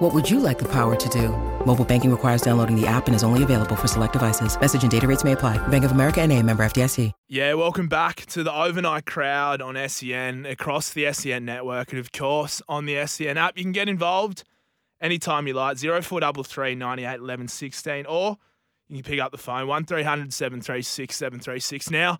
What would you like the power to do? Mobile banking requires downloading the app and is only available for select devices. Message and data rates may apply. Bank of America and a member FDIC. Yeah, welcome back to the overnight crowd on SEN across the SEN network and of course on the SEN app. You can get involved anytime you like 0433 98 11 16 or you can pick up the phone 1300 736 736. Now,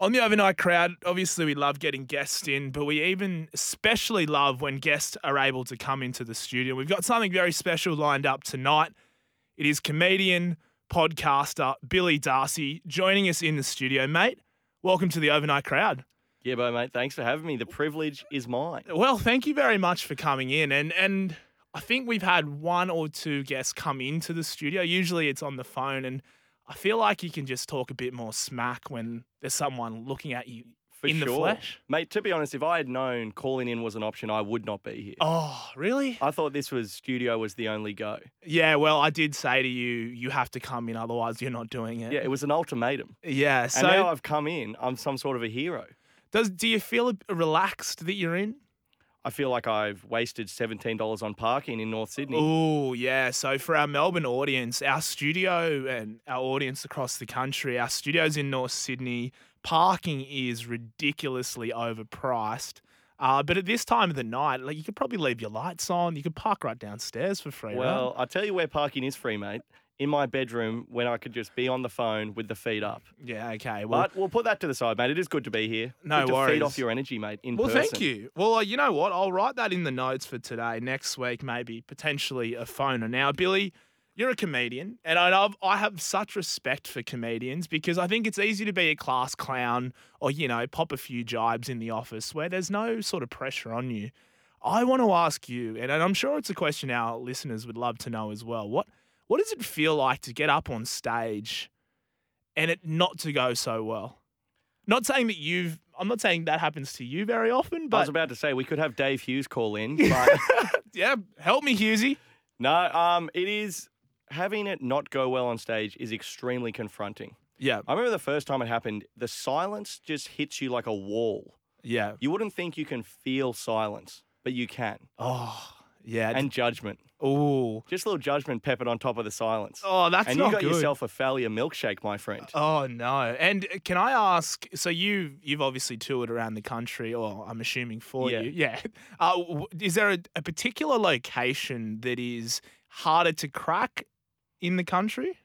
on the overnight crowd, obviously we love getting guests in, but we even especially love when guests are able to come into the studio. We've got something very special lined up tonight. It is comedian, podcaster Billy Darcy joining us in the studio, mate. Welcome to the overnight crowd. Yeah, bro, mate. Thanks for having me. The privilege is mine. Well, thank you very much for coming in, and and I think we've had one or two guests come into the studio. Usually it's on the phone, and I feel like you can just talk a bit more smack when there's someone looking at you For in sure. the flesh. Mate, to be honest, if I had known calling in was an option, I would not be here. Oh, really? I thought this was studio was the only go. Yeah. Well, I did say to you, you have to come in, otherwise you're not doing it. Yeah, it was an ultimatum. Yeah. So and now I've come in, I'm some sort of a hero. does do you feel relaxed that you're in? I feel like I've wasted $17 on parking in North Sydney. Oh, yeah. So for our Melbourne audience, our studio and our audience across the country, our studio's in North Sydney. Parking is ridiculously overpriced. Uh, but at this time of the night, like you could probably leave your lights on. You could park right downstairs for free. right? Well, I'll tell you where parking is free, mate. In my bedroom when I could just be on the phone with the feet up. yeah, okay. Well, But we'll put that to the side, mate. It is good to be here. No good To worries. feed off your energy, mate, in well, person. thank you. Well, uh, you know what? I'll write that in the notes for today. Next week, maybe potentially a phoner. Now, Billy, you're a comedian, and I love, I have such respect for comedians because I think it's easy to be a class clown or you know pop a few jibes in the office where there's no sort of pressure on you. I want to ask you, and, and I'm sure it's a question our listeners would love to know as well. What what does it feel like to get up on stage and it not to go so well? Not saying that you've I'm not saying that happens to you very often, I but was about to say we could have Dave Hughes call in, but yeah, help me, Hughesy. No, um, it is having it not go well on stage is extremely confronting. Yeah, I remember the first time it happened, the silence just hits you like a wall. yeah. You wouldn't think you can feel silence, but you can. Oh, yeah. And judgment. oh, Just a little judgment peppered on top of the silence. oh, that's and not you got good. yourself a failure milkshake, my friend. Oh no! And uh, can I ask? So you you've obviously toured around the country, or I'm assuming for Yeah. you. Yeah. Uh, w- is there a, a particular location that is harder to crack in the country?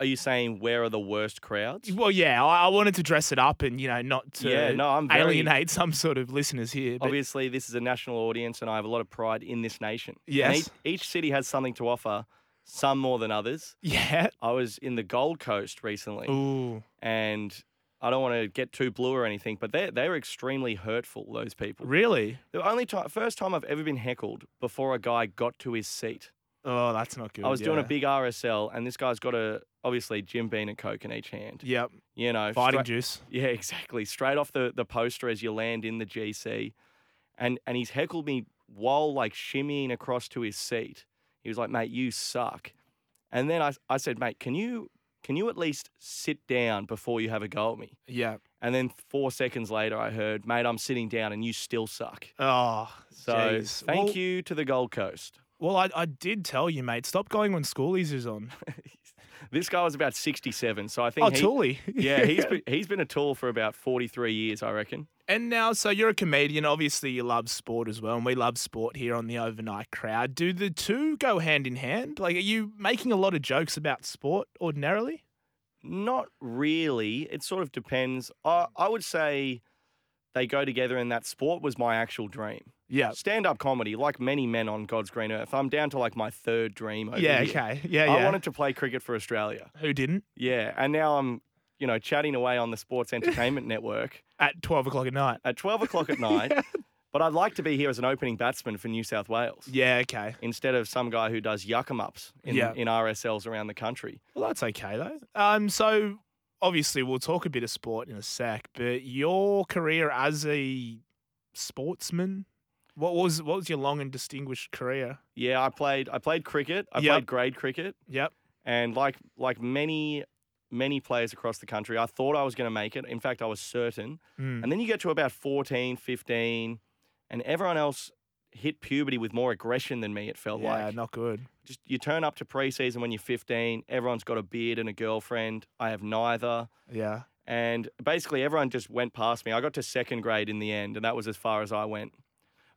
Are you saying where are the worst crowds? Well, yeah, I, I wanted to dress it up and you know not to Yeah, no, I'm very- alienate some sort of listeners here. But Obviously, this is a national audience, and I have a lot of pride in this nation. And Yes. each, each city has something to offer, some more than others. yeah. I was in the Gold Coast recently. Ooh. and I don't want to get too blue or anything, but they they were extremely hurtful. Those people. Really? The only time, first time I've ever been heckled before a guy got to his seat. Oh, that's not good. I was doing a yeah. big RSL, and this guy's got a obviously Jim Beam and Coke in each hand. Yep. You know, Fighting stra- juice. yeah, exactly. Straight off the the poster as you land in the GC, and and he's heckled me while like shimmying across to his seat. He was like, "Mate, you suck," and then I I said, "Mate, can you can you at least sit down before you have a go at me?" Yeah. And then four seconds later, I heard, mate, I'm sitting down and you still suck. Oh, So jeez. thank Well- you to the Gold Coast. Well, I, I did tell you, mate. Stop going when schoolies is on. This guy was about 67, so I think Oh, he, Tully. yeah, he's been, he's been a tool for about 43 years, I reckon. And now, so you're a comedian. Obviously, you love sport as well, and we love sport here on the overnight crowd. Do the two go hand in hand? Like, are you making a lot of jokes about sport ordinarily? Not really. It sort of depends. I, Hmm. I would say they go together, and that sport was my actual dream. Yeah. Stand up comedy, like many men on God's green earth, I'm down to like my third dream. Over Yeah. here. Okay. Yeah. Yeah. I wanted to play cricket for Australia. Who didn't Yeah, and now I'm, you know, chatting away on the Sports Entertainment Network at twelve o'clock at night? at 12 o'clock at night. But I'd like to be here as an opening batsman for New South Wales Yeah. Okay. instead of some guy who does yuck 'em ups in, Yeah. in RSLs around the country. Well, that's okay though. Um. So, obviously we'll talk a bit of sport in a sec, but your career as a sportsman, what was what was your long and distinguished career? Yeah, I played I played cricket. I Yep. played grade cricket. Yep. And like like many many players across the country, I thought I was going to make it. In fact, I was certain. Mm. And then you get to about 14, 15, and everyone else hit puberty with more aggression than me it felt yeah, like. not good. Just you turn up to preseason when you're 15, everyone's got a beard and a girlfriend. I have neither. Yeah. And basically everyone just went past me. I got to second grade in the end, and that was as far as I went.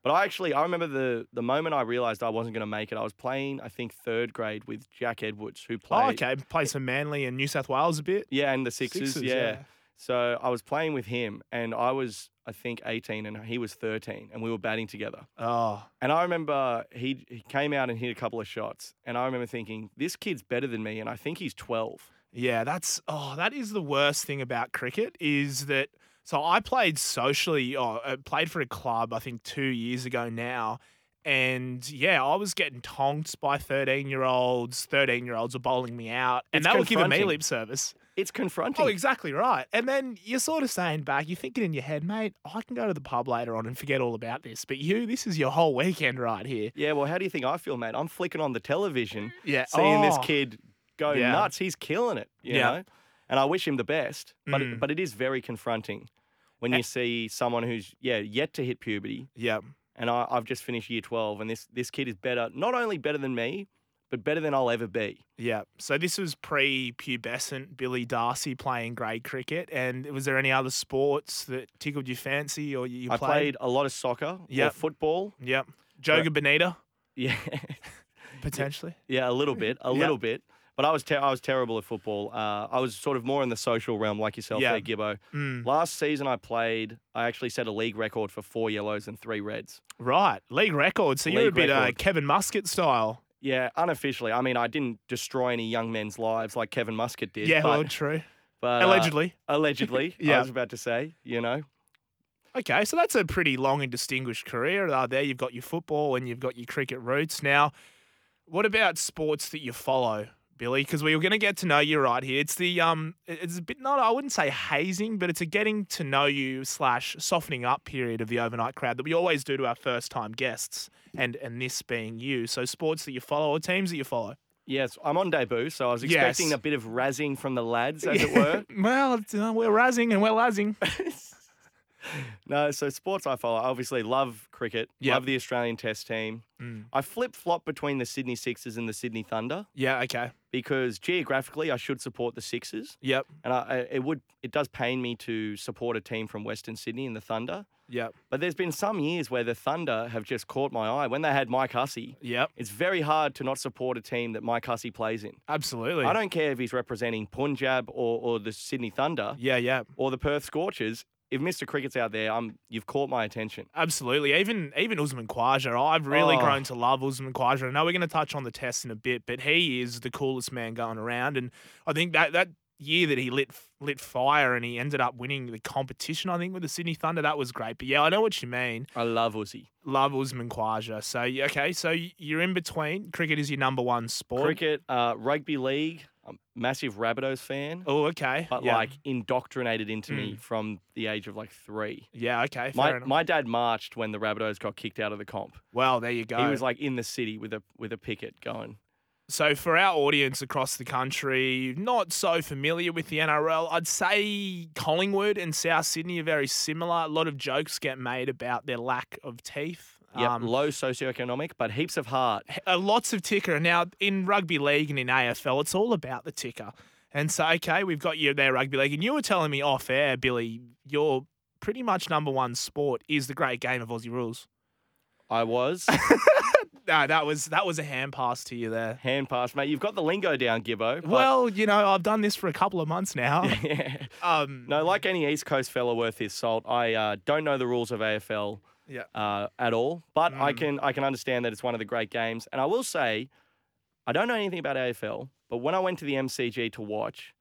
But I actually I remember the the moment I realized I wasn't going to make it. I was playing I think 3rd grade with Jack Edwards who played Oh, okay. Played some Manly in New South Wales a bit. Yeah, and the Sixers, yeah. So I was playing with him and I was I think 18 and he was 13 and we were batting together. Oh, And I remember he, he came out and hit a couple of shots. And I remember thinking, this kid's better than me. And I think he's 12. yeah. That's oh, that is the worst thing about cricket is that. So I played socially. Oh, uh, played for a club. I think two years ago now. And yeah, I was getting tonked by thirteen-year-olds. Thirteen-year-olds were bowling me out, and It's that was giving me confronting. lip service. It's confronting. Oh, exactly right. And then you're sort of saying back, you're thinking in your head, mate, I can go to the pub later on and forget all about this. But you, this is your whole weekend right here. Yeah, well, how do you think I feel, mate? I'm flicking on the television, Yeah. seeing this Oh. kid go Yeah. nuts. He's killing it, you Yeah. know? And I wish him the best. But, Mm. it, but it is very confronting when you see someone who's, yeah, yet to hit puberty. Yeah. And I, I've just finished year 12. And this, this kid is better, not only better than me, but better than I'll ever be. Yeah. So this was pre-pubescent Billy Darcy playing grade cricket. And was there any other sports that tickled your fancy or you, you I played a lot of soccer, yeah, Yep. football. Yep. Joga Bonita, Yeah, potentially. yeah, a little bit, a Yeah. little bit. But I was ter- I was terrible at football. Uh, I was sort of more in the social realm, like yourself, Yeah. there, Gibbo. Mm. Last season I played, I actually set a league record for four yellows and three reds. Right. League record. So you're a League bit uh, record. Kevin Muscat style. Yeah, unofficially. I mean, I didn't destroy any young men's lives like Kevin Muscat did. yeah, but, well, true. but, uh, Allegedly. allegedly. Yeah. I was about to say, you know, Okay, so that's a pretty long and distinguished career uh, there. You've got your football and you've got your cricket roots. Now, what about sports that you follow, Billy? Because we were going to get to know you right here. It's the um, it- it's a bit not I wouldn't say hazing, but it's a getting to know you slash softening up period of the overnight crowd that we always do to our first time guests, and and this being you. So sports that you follow or teams that you follow. yes, I'm on debut, so I was expecting Yes. a bit of razzing from the lads, as it were. well, it's, uh, we're razzing and we're lazzing. No, so sports I follow. I obviously love cricket, Yep. love the Australian Test team. Mm. I flip flop between the Sydney Sixers and the Sydney Thunder Yeah. Okay. because geographically I should support the Sixers, Yep. and I, I it would it does pain me to support a team from Western Sydney in the Thunder. Yep. But there's been some years where the Thunder have just caught my eye. When they had Mike Hussey, Yep. it's very hard to not support a team that Mike Hussey plays in. Absolutely. I don't care if he's representing Punjab or, or the Sydney Thunder Yeah. Yeah. or the Perth Scorchers. If Mr. Cricket's out there, I'm you've caught my attention. Absolutely. Even even Usman Khawaja. I've really Oh. grown to love Usman Khawaja. I know we're going to touch on the test in a bit, but he is the coolest man going around. And I think that that year that he lit lit fire and he ended up winning the competition, I think with the Sydney Thunder, that was great. But yeah, I know what you mean. I love Uzi. Love Usman Khawaja. So y- okay, so y- you're in between. Cricket is your number one sport. Cricket, uh, rugby league. I'm a massive Rabbitohs fan, Oh, okay. but yeah. like indoctrinated into me from the age of like three. yeah, okay. Fair My, enough. my dad marched when the Rabbitohs got kicked out of the comp. well, there you go. He was like in the city with a with a picket going. So, for our audience across the country, not so familiar with the NRL, I'd say Collingwood and South Sydney are very similar. A lot of jokes get made about their lack of teeth. Yep, Um, low socioeconomic, but heaps of heart. uh, lots of ticker. Now, in rugby league and in AFL, it's all about the ticker. And so, okay, we've got you there, rugby league. And you were telling me off air, Billy, your pretty much number one sport is the great game of Aussie rules. I was No, that was that was a hand pass to you there. hand pass, mate. You've got the lingo down, Gibbo. but- Well, you know, I've done this for a couple of months now. yeah. Um, No, like any East Coast fella worth his salt, I uh, don't know the rules of AFL Yeah. uh, at all, but I Mm. can I can understand that it's one of the great games. And I will say, I don't know anything about AFL, but when I went to the MCG to watch,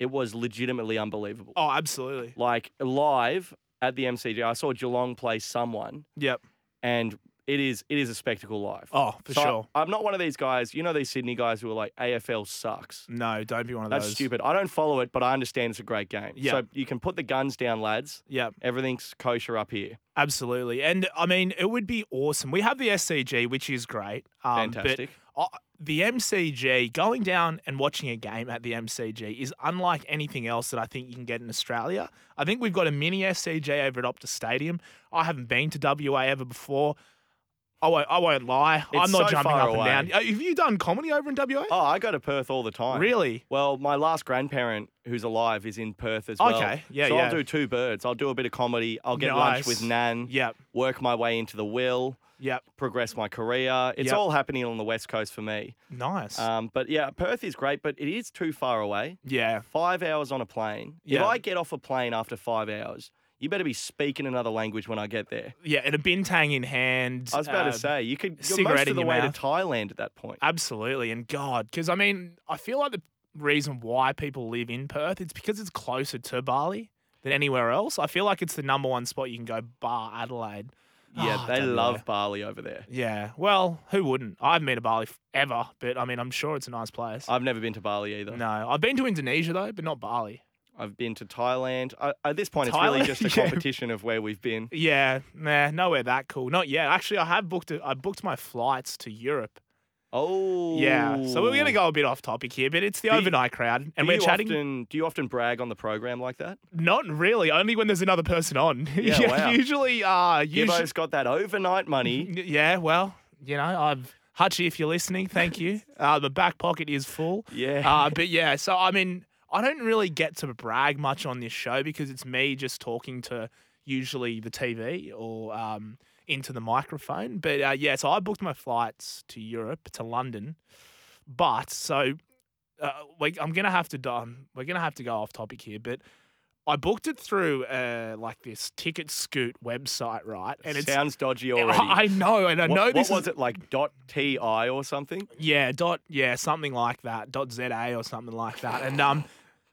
it was legitimately unbelievable. Oh, absolutely. Like live at the MCG, I saw Geelong play someone, Yep. and It is it is a spectacle live. Oh, for So I- sure. I'm not one of these guys. You know these Sydney guys who are like AFL sucks. No, don't be one of That's those. stupid. I don't follow it, but I understand it's a great game. Yeah. So you can put the guns down, lads. Yep. Everything's kosher up here. Absolutely. And I mean, it would be awesome. We have the SCG, which is great. Um, Fantastic. But uh, the MCG, going down and watching a game at the MCG is unlike anything else that I think you can get in Australia. I think we've got a mini SCG over at Optus Stadium. I haven't been to WA ever before. I won't, I won't lie. I'm It's not so jumping far up away. and down. Uh, Have you done comedy over in WA? Oh, I go to Perth all the time. really? Well, my last grandparent who's alive is in Perth as well. Okay. Yeah, So yeah. I'll do two birds. I'll do a bit of comedy. I'll get lunch with Nice. Nan. Yep. Work my way into the will. Yep. Progress my career. It's Yep. all happening on the west coast for me. Nice. Um, but yeah, Perth is great, but it is too far away. yeah. Five hours on a plane. Yeah. If I get off a plane after five hours, you better be speaking another language when I get there. Yeah. And a bintang in hand. I was about um, to say you could you're cigarette most in of the your way mouth. Ah, to Thailand at that point. Absolutely. And God, because I mean, I feel like the reason why people live in Perth is because it's closer to Bali than anywhere else. I feel like it's the number one spot you can go bar Adelaide. yeah, Ah, they WA. love Bali over there. Yeah. Well, who wouldn't? I haven't been to Bali f- ever, but I mean, I'm sure it's a nice place. I've never been to Bali either. no, I've been to Indonesia though, but not Bali. I've been to Thailand. I, at this point, it's Thailand? really just a Yeah. competition of where we've been. Yeah, nah, nowhere that cool. Not yet. Actually, I have booked. A, I booked my flights to Europe. Oh, Yeah, so we're gonna go a bit off topic here, but it's the Do you- overnight crowd, and do we're you chatting. Often, do you often brag on the program like that? Not really. Only when there's another person on. Yeah, wow. Usually, uh, usually, Gibbo's got that overnight money. yeah. Well, you know, I've Hutchie, if you're listening, thank you. Uh, the back pocket is full. Yeah. Uh, but yeah, so I mean, I don't really get to brag much on this show because it's me just talking to usually the TV or um, into the microphone. But uh, yeah, so I booked my flights to Europe to London, but so uh, like I'm gonna have to done. We're gonna have to go off topic here, but. I booked it through uh, like this ticket scoot website, right? And it's sounds dodgy I, already. I know, and I what know what this is- was it like? Dot ti or something? yeah, dot yeah, something like that. Dot za or something like that. And um,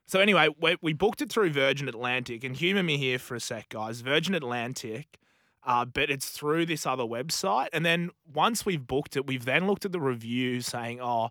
so anyway, we, we booked it through Virgin Atlantic. And humor me here for a sec, guys. Virgin Atlantic, uh, but it's through this other website. And then once we've booked it, we've then looked at the reviews saying, oh,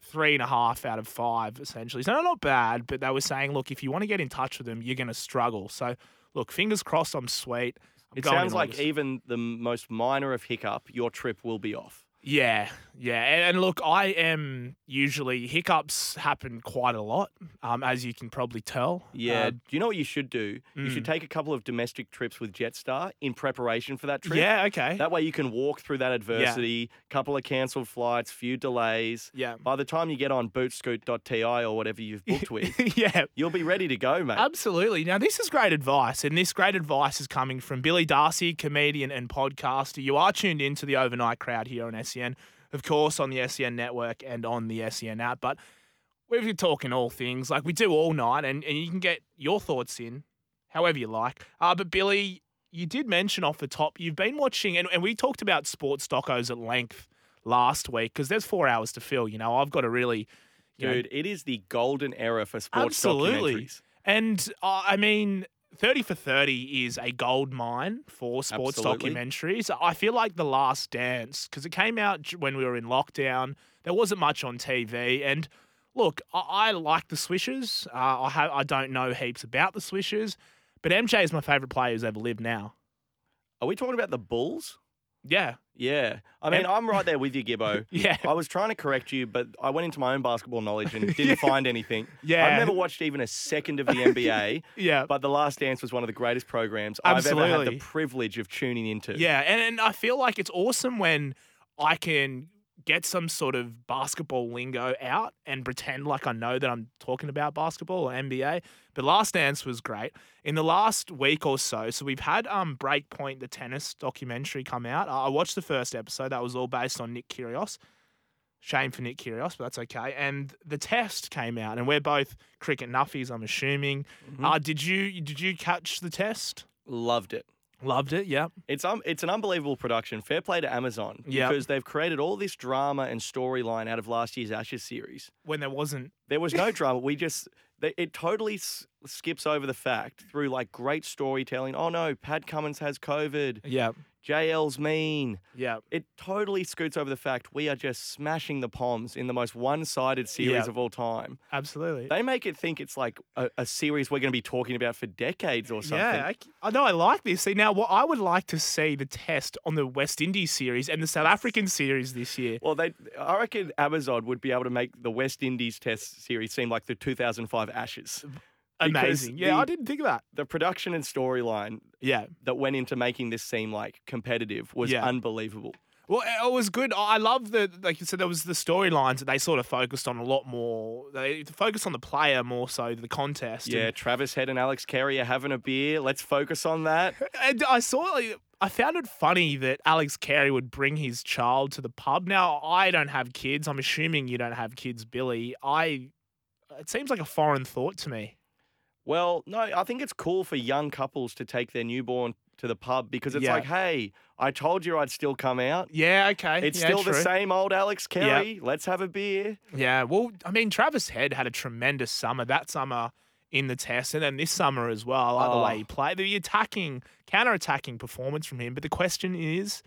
three and a half out of five, essentially. So not bad, but they were saying, look, if you want to get in touch with them, you're gonna struggle. So look, fingers crossed, I'm sweet. I'm It going in sounds like August. even the most minor of hiccup, your trip will be off. Yeah, yeah, and, and look, I am usually hiccups happen quite a lot, um, as you can probably tell. Yeah. Uh, mm. do you know what you should do? You should take a couple of domestic trips with Jetstar in preparation for that trip. yeah. Okay. That way you can walk through that adversity, couple of cancelled flights, few delays. yeah. By the time you get on bootscoot.ti or whatever you've booked with, yeah. you'll be ready to go, mate. Absolutely. Now, this is great advice, and this great advice is coming from Billy Darcy, comedian and podcaster. You are tuned into the overnight crowd here on SEN, of course, on the SEN network and on the SEN app. But we're talking all things like we do all night, and, and you can get your thoughts in however you like. Uh, but, Billy, you did mention off the top you've been watching, and, and we talked about sports docos at length last week because there's four hours to fill. You know, I've got to really. you know, Dude, it is the golden era for sports Absolutely. documentaries. and uh, I mean, 30 for 30 is a gold mine for sports Absolutely. documentaries. I feel like The Last Dance, because it came out j- when we were in lockdown, there wasn't much on TV. And look, I, I like the Swishers. Uh, I, ha- I don't know heaps about the Swishers, but MJ is my favourite player who's ever lived now. Are we talking about the Bulls? Yeah. Yeah. I mean, Em- I'm right there with you, Gibbo. Yeah. I was trying to correct you, but I went into my own basketball knowledge and didn't find anything. Yeah. I've never watched even a second of the NBA, Yeah. but The Last Dance was one of the greatest programs I've ever had Absolutely. the privilege of tuning into. Yeah, and, and I feel like it's awesome when I can get some sort of basketball lingo out and pretend like I know that I'm talking about basketball or NBA. But Last Dance was great. In the last week or so, so we've had um Breakpoint, the tennis documentary, come out. I I watched the first episode. That was all based on Nick Kyrgios. Shame for Nick Kyrgios, but that's okay. And the test came out, and we're both cricket nuffies, I'm assuming. Uh, did you did you catch the test? Loved it. Loved it. Yeah. It's um, it's an unbelievable production. Fair play to Amazon Yep. because they've created all this drama and storyline out of last year's Ashes series. When there wasn't There was no drama. We just they, it totally s- skips over the fact through like great storytelling. Oh no, Pat Cummins has COVID. Yeah. JL's mean. Yeah. It totally scoots over the fact we are just smashing the Poms in the most one sided series Yeah. of all time. Absolutely. They make it think it's like a, a series we're going to be talking about for decades or something. Yeah, I c- I know I like this. See, now what I would like to see the test on the West Indies series and the South African series this year. Well, they, I reckon Amazon would be able to make the West Indies Test series seem like the 2005 Ashes. Because Amazing. Yeah, I the- didn't think of that. The production and storyline Yeah. that went into making this seem like competitive was Yeah. unbelievable. Well, it- it was good. I I love the like you said. There was the storylines that they sort of focused on a lot more. They focused on the player more so than the contest. and- Yeah, Travis Head and Alex Carey are having a beer. Let's focus on that. And I saw, like, I found it funny that Alex Carey would bring his child to the pub. Now, I don't have kids. I'm assuming you don't have kids, Billy. I, it seems like a foreign thought to me. Well, no, I think it's cool for young couples to take their newborn to the pub because it's Yeah. like, hey, I told you I'd still come out. Yeah, okay. Eh, It's yeah, still the true. same old Alex Carey. Let's have a beer. Yeah, well, I mean, Travis Head had a tremendous summer that summer in the test, and then this summer as well. I like the way he Oh. played, the attacking, counter attacking performance from him. But the question is,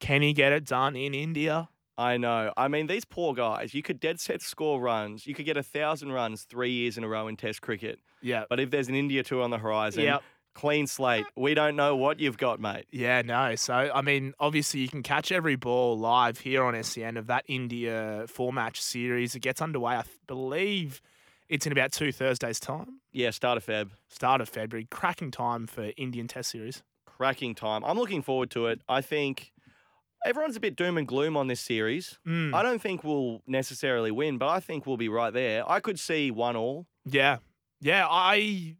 can he get it done in India? I know. I mean, these poor guys, you could dead set score runs. You could get a thousand runs three years in a row in Test cricket. Yeah. But if there's an India tour on the horizon, Yep. clean slate. We don't know what you've got, mate. Yeah, no. So, I mean, obviously, you can catch every ball live here on SCN of that India four match series. It gets underway, I th- believe it's in about two Thursdays' time, Yeah, start of Feb. start of February. Cracking time for Indian Test series. Cracking time. I'm looking forward to it. I think everyone's a bit doom and gloom on this series. Mm, I don't think we'll necessarily win, but I think we'll be right there. I could see one all. yeah. Yeah. I.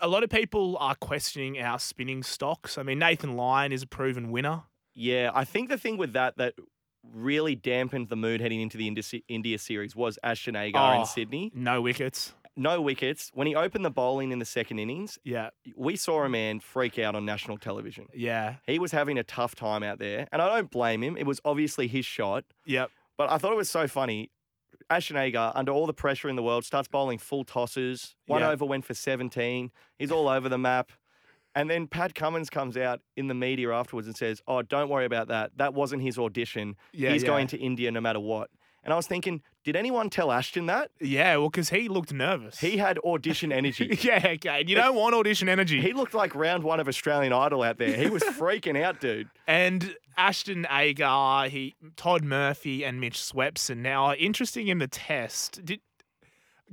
A lot of people are questioning our spinning stocks. I mean, Nathan Lyon is a proven winner. Yeah, I think the thing with that that really dampened the mood heading into the Indi- India series was Ashton Agar Oh. in Sydney. No wickets. No wickets. When he opened the bowling in the second innings, Yeah. we saw a man freak out on national television. Yeah. He was having a tough time out there, and I don't blame him. It was obviously his shot, Yep. but I thought it was so funny. Ashton Agar, under all the pressure in the world, starts bowling full tosses. One Yeah. over went for 17. He's all over the map. And then Pat Cummins comes out in the media afterwards and says, Oh, don't worry about that. That wasn't his audition. Yeah. He's yeah. going to India no matter what. And I was thinking, did anyone tell Ashton that? Yeah. Well, because he looked nervous. He had audition energy. yeah. Okay. You don't want audition energy. he looked like round one of Australian Idol out there. He was freaking out, dude. And Ashton Agar, he Todd Murphy and Mitch Swepson now are interesting in the test. Did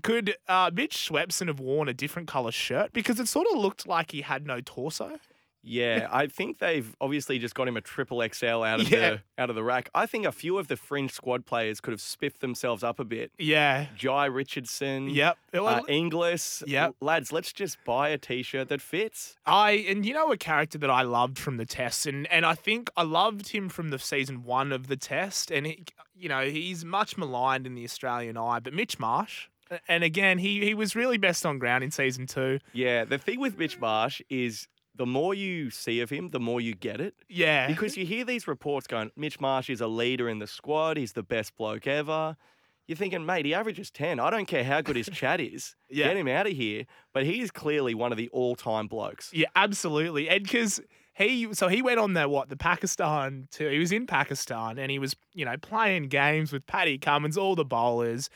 could uh, Mitch Swepson have worn a different colour shirt? Because it sort of looked like he had no torso. Yeah, I think they've obviously just got him a triple XL out of Yeah. the out of the rack. I think a few of the fringe squad players could have spiffed themselves up a bit. Yeah. Jai Richardson, Yep. uh, Well, Inglis, Yep. l- lads, let's just buy a t-shirt that fits. I and you know a character that I loved from the test, and and I think I loved him from the season one of the test, and he, you know he's much maligned in the Australian eye, but Mitch Marsh, a- and again he he was really best on ground in season two. Yeah, the thing with Mitch Marsh is the more you see of him, the more you get it. Yeah. Because you hear these reports going, Mitch Marsh is a leader in the squad, he's the best bloke ever. You're thinking, mate, he averages 10. I don't care how good his chat is. Yeah. Get him out of here. But he is clearly one of the all time blokes. Yeah, absolutely. And because he, so he went on there, what, the Pakistan too. He was in Pakistan and he was, you know, playing games with Paddy Cummins, all the bowlers.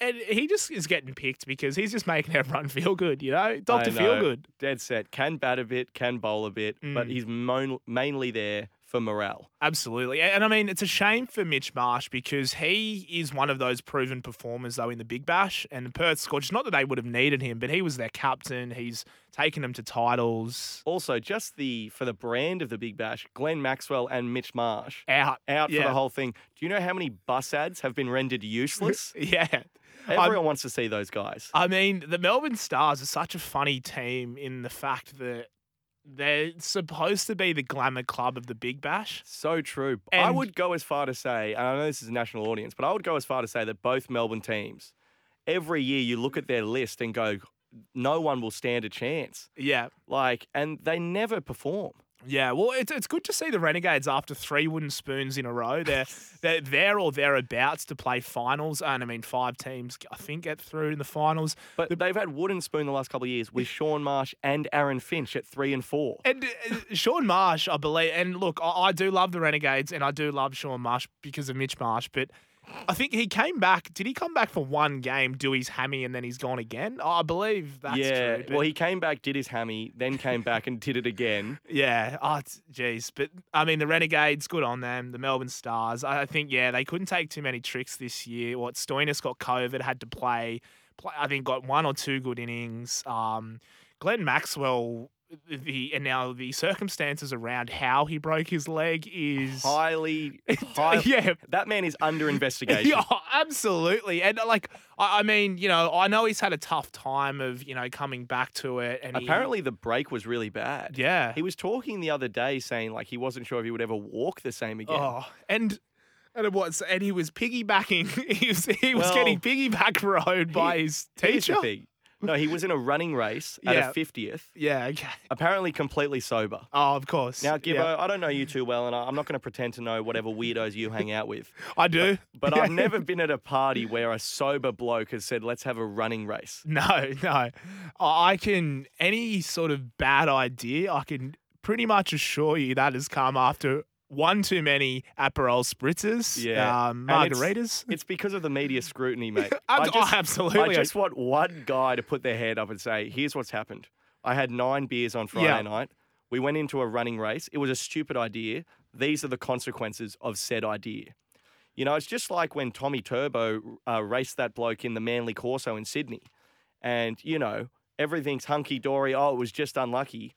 And he just is getting picked because he's just making everyone feel good, you know? Dr. know. Feelgood. Dead set. Can bat a bit, can bowl a bit, but Mm. he's mon- mainly there for morale. Absolutely. And I mean, it's a shame for Mitch Marsh because he is one of those proven performers, though, in the Big Bash and the Perth Scorch. Not that they would have needed him, but he was their captain. He's taken them to titles. Also, just the for the brand of the Big Bash, Glenn Maxwell and Mitch Marsh Out. out for Yeah. the whole thing. Do you know how many bus ads have been rendered useless? Yeah. I'm- Everyone wants to see those guys. I mean, the Melbourne Stars are such a funny team in the fact that they're supposed to be the glamour club of the Big Bash. So true. I And- would go as far to say, and I know this is a national audience, but I would go as far to say that both Melbourne teams, every year you look at their list and go, no one will stand a chance. Yeah. Like, and they never perform. Yeah, well, it's, it's good to see the Renegades after three wooden spoons in a row. They're, they're there or thereabouts to play finals. And I mean, five teams, I think, get through in the finals. But they've had wooden spoon the last couple of years with Sean Marsh and Aaron Finch at three and four. And uh, Sean Marsh, I believe, and look, I, I do love the Renegades and I do love Sean Marsh because of Mitch Marsh, but I think he came back. Did he come back for one game, do his hammy, and then he's gone again? I believe that's yeah. true. Well, but- he came back, did his hammy, then came back and did it again. Yeah. Oh, it's- geez. But I mean, the Renegades, good on them. The Melbourne Stars. I I think, yeah, they couldn't take too many tricks this year. What Stoinis got COVID, had to play. play I think got one or two good innings. Um, Glenn Maxwell. The and now the circumstances around how he broke his leg is Highly, high, yeah that man is under investigation. yeah, absolutely. And uh, like, I, I mean, you know, I know he's had a tough time of you know coming back to it, and he- Apparently, the break was really bad. yeah, He was talking the other day saying like he wasn't sure if he would ever walk the same again. oh, and and it was, and he was piggybacking. He was he was Well, getting piggyback rode by his Here's the teacher. thing. No, he was in a running race at Yeah. a 50th, Yeah. Okay. apparently completely sober. Oh, of course. Now, Gibbo, yeah. I don't know you too well, and I- I'm not going to pretend to know whatever weirdos you hang out with. I do. But I've never been at a party where a sober bloke has said, "Let's have a running race." No, no. I I can any sort of bad idea, I can pretty much assure you that has come after one too many Aperol spritzers, Yeah. um, And it's- margaritas. It's because of the media scrutiny, mate. Abs- I just, oh, absolutely. I just want one guy to put their hand up and say, "Here's what's happened. I had nine beers on Friday Yeah. night. We went into a running race. It was a stupid idea. These are the consequences of said idea." You know, it's just like when Tommy Turbo uh, raced that bloke in the Manly Corso in Sydney, and you know everything's hunky dory. Oh, it was just unlucky.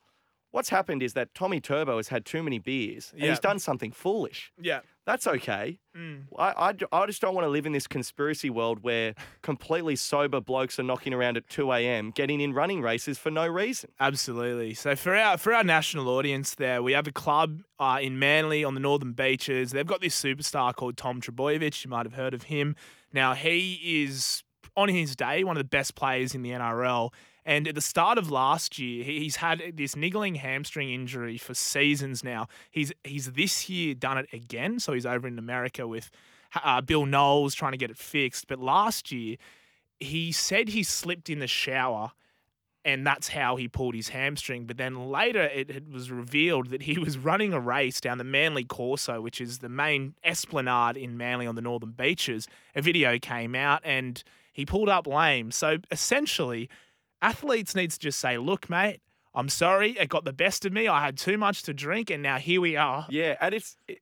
What's happened is that Tommy Turbo has had too many beers and Yeah. he's done something foolish. yeah. That's okay. Mm. I, I d- I just don't want to live in this conspiracy world where completely sober blokes are knocking around at 2 a.m. getting in running races for no reason. Absolutely. So for our for our national audience, there we have a club uh, in Manly on the Northern Beaches. They've got this superstar called Tom Trebojevic. You might have heard of him. Now he is on his day one of the best players in the NRL. And at the start of last year, he- he's had this niggling hamstring injury for seasons now. He's he's this year done it again. So he's over in America with uh, Bill Knowles trying to get it fixed. But last year, he said he slipped in the shower and that's how he pulled his hamstring. But then later it, it was revealed that he was running a race down the Manly Corso, which is the main esplanade in Manly on the northern beaches. A video came out and he pulled up lame. So essentially, athletes need to just say, look, mate, I'm sorry, it got the best of me. I had too much to drink, and now here we are. Yeah, and it's it-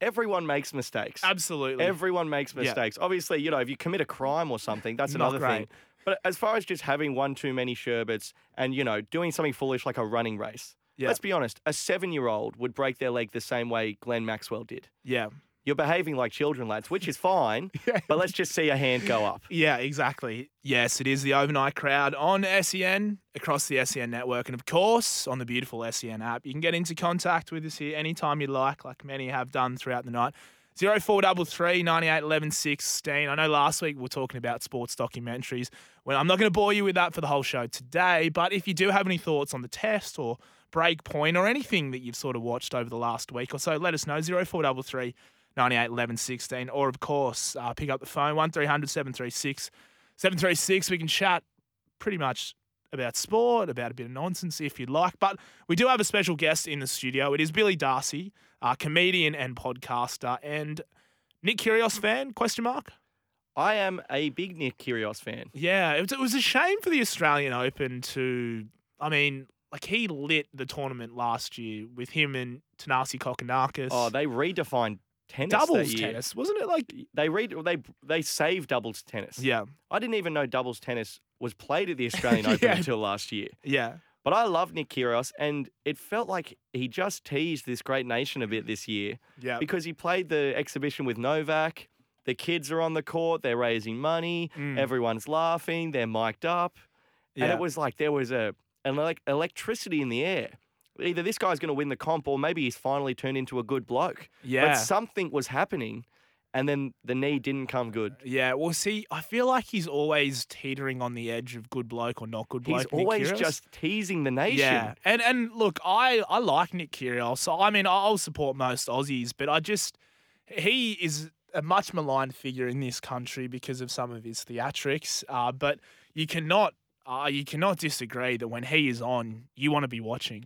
everyone makes mistakes. Absolutely. Everyone makes Yeah. mistakes. Obviously, you know, if you commit a crime or something, that's Not another great. thing. But as far as just having one too many sherbets and, you know, doing something foolish like a running race, Yeah. let's be honest, a seven year old would break their leg the same way Glenn Maxwell did. yeah. You're behaving like children, lads, which is fine, Yeah. but let's just see a hand go up. Yeah, exactly. Yes, it is the overnight crowd on SEN, across the SEN network, and of course on the beautiful SEN app. You can get into contact with us here anytime you like, like many have done throughout the night. 0433 98 11 16. I know last week we were talking about sports documentaries. Well, I'm not going to bore you with that for the whole show today, but if you do have any thoughts on the test or breakpoint or anything that you've sort of watched over the last week or so, let us know. 0433 98 11 16. Or, of course, uh, pick up the phone 1300 736 736. We can chat pretty much about sport, about a bit of nonsense if you'd like. But we do have a special guest in the studio. It is Billy Darcy, uh, comedian and podcaster, and Nick Kyrgios fan? Question mark. I am a big Nick Kyrgios fan. Yeah, it was, it was a shame for the Australian Open to. I mean, like he lit the tournament last year with him and Tanasi Kokonakis. Oh, they redefined tennis. that doubles year. tennis, wasn't it? Like They read they they saved doubles tennis. yeah, I didn't even know doubles tennis was played at the Australian Open Yeah. until last year. yeah. But I love Nick Kyrgios, and it felt like he just teased this great nation a bit this year Yeah. because he played the exhibition with Novak. The kids are on the court. They're raising money. Mm. Everyone's laughing. They're mic'd up. And Yeah. it was like there was a an elec electricity in the air. Either this guy's going to win the comp, or maybe he's finally turned into a good bloke. yeah. But something was happening. and then the knee didn't come good. Yeah, well, see, I feel like he's always teetering on the edge of good bloke or not good bloke. Nick He's always Kyrgios. just teasing the nation. yeah, and and look, I I like Nick Kyrgios, so I mean, I'll support most Aussies, but I just he is a much maligned figure in this country because of some of his theatrics. Uh, but you cannot uh, you cannot disagree that when he is on, you want to be watching.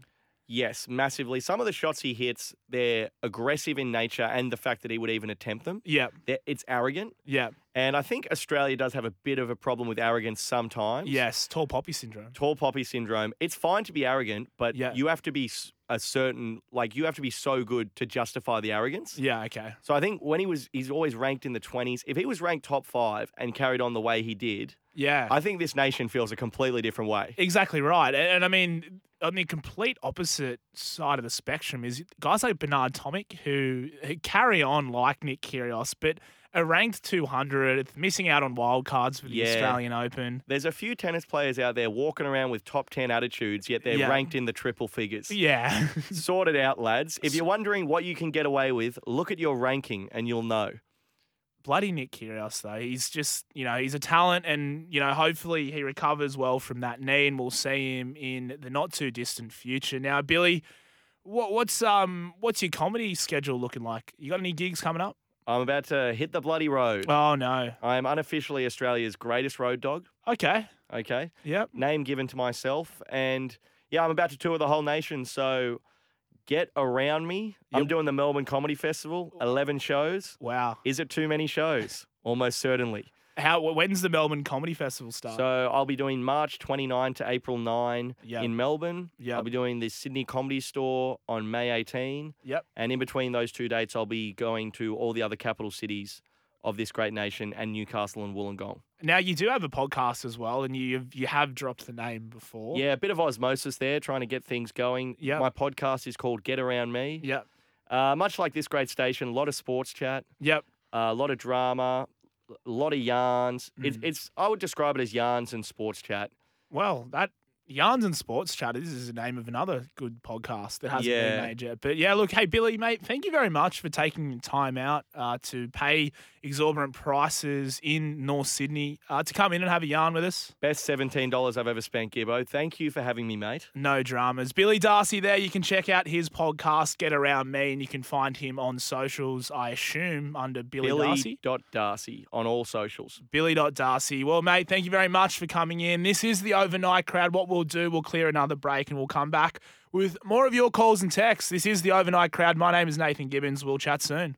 Yes, massively. Some of the shots he hits, they're aggressive in nature, and the fact that he would even attempt them, Yeah, they're- it's arrogant. yeah, And I think Australia does have a bit of a problem with arrogance sometimes. yes, tall poppy syndrome. Tall poppy syndrome. It's fine to be arrogant, but Yeah. you have to be s- a certain, like, you have to be so good to justify the arrogance. Yeah, okay, So I think when he was, he's always ranked in the 20s. If he was ranked top five and carried on the way he did, yeah. I think this nation feels a completely different way. Exactly right. And, and I mean, on the complete opposite side of the spectrum is guys like Bernard Tomic, who, who carry on like Nick Kyrgios, but are ranked 200th, missing out on wild cards for the Yeah. Australian Open. There's a few tennis players out there walking around with top 10 attitudes, yet they're Yeah. ranked in the triple figures. Yeah. Sort it out, lads. If you're wondering what you can get away with, look at your ranking and you'll know. Bloody Nick Kyrgios, though. He's just, you know, he's a talent and, you know, hopefully he recovers well from that knee and we'll see him in the not too distant future. Now, Billy, what, what's um what's your comedy schedule looking like? You got any gigs coming up? I'm about to hit the bloody road. Oh, no. I'm unofficially Australia's greatest road dog. Okay. Okay. Yep. Name given to myself. And yeah, I'm about to tour the whole nation. So get around me. I'm Yep. doing the Melbourne Comedy Festival, 11 shows. Wow. Is it too many shows? Almost certainly. How? wh- When's the Melbourne Comedy Festival start? So I'll be doing March 29 to April 9 Yep. in Melbourne. Yep. I'll be doing the Sydney Comedy Store on May 18. Yep. And in between those two dates, I'll be going to all the other capital cities of this great nation and Newcastle and Wollongong. now you do have a podcast as well, and you you have dropped the name before. Yeah, a bit of osmosis there, trying to get things going. Yep. My podcast is called Get Around Me. Yep. Uh, much like this great station, a lot of sports chat, Yep. a lot of drama, a lot of yarns. It's, Mm. it's I would describe it as yarns and sports chat. Well, that yarns and sports chat this is the name of another good podcast that hasn't Yeah. been made yet. But yeah, look, hey Billy, mate, thank you very much for taking your time out uh, to pay exorbitant prices in North Sydney uh, to come in and have a yarn with us. Best seventeen dollars I've ever spent, Gibbo. Thank you for having me, mate. No dramas. Billy Darcy there. You can check out his podcast, Get Around Me, and you can find him on socials, I assume, under Billy, Darcy. dot Darcy on all socials. Billy.Darcy. Well, mate, thank you very much for coming in. This is the overnight crowd. What we'll do, we'll clear another break and we'll come back with more of your calls and texts. This is the overnight crowd. My name is Nathan Gibbons. We'll chat soon.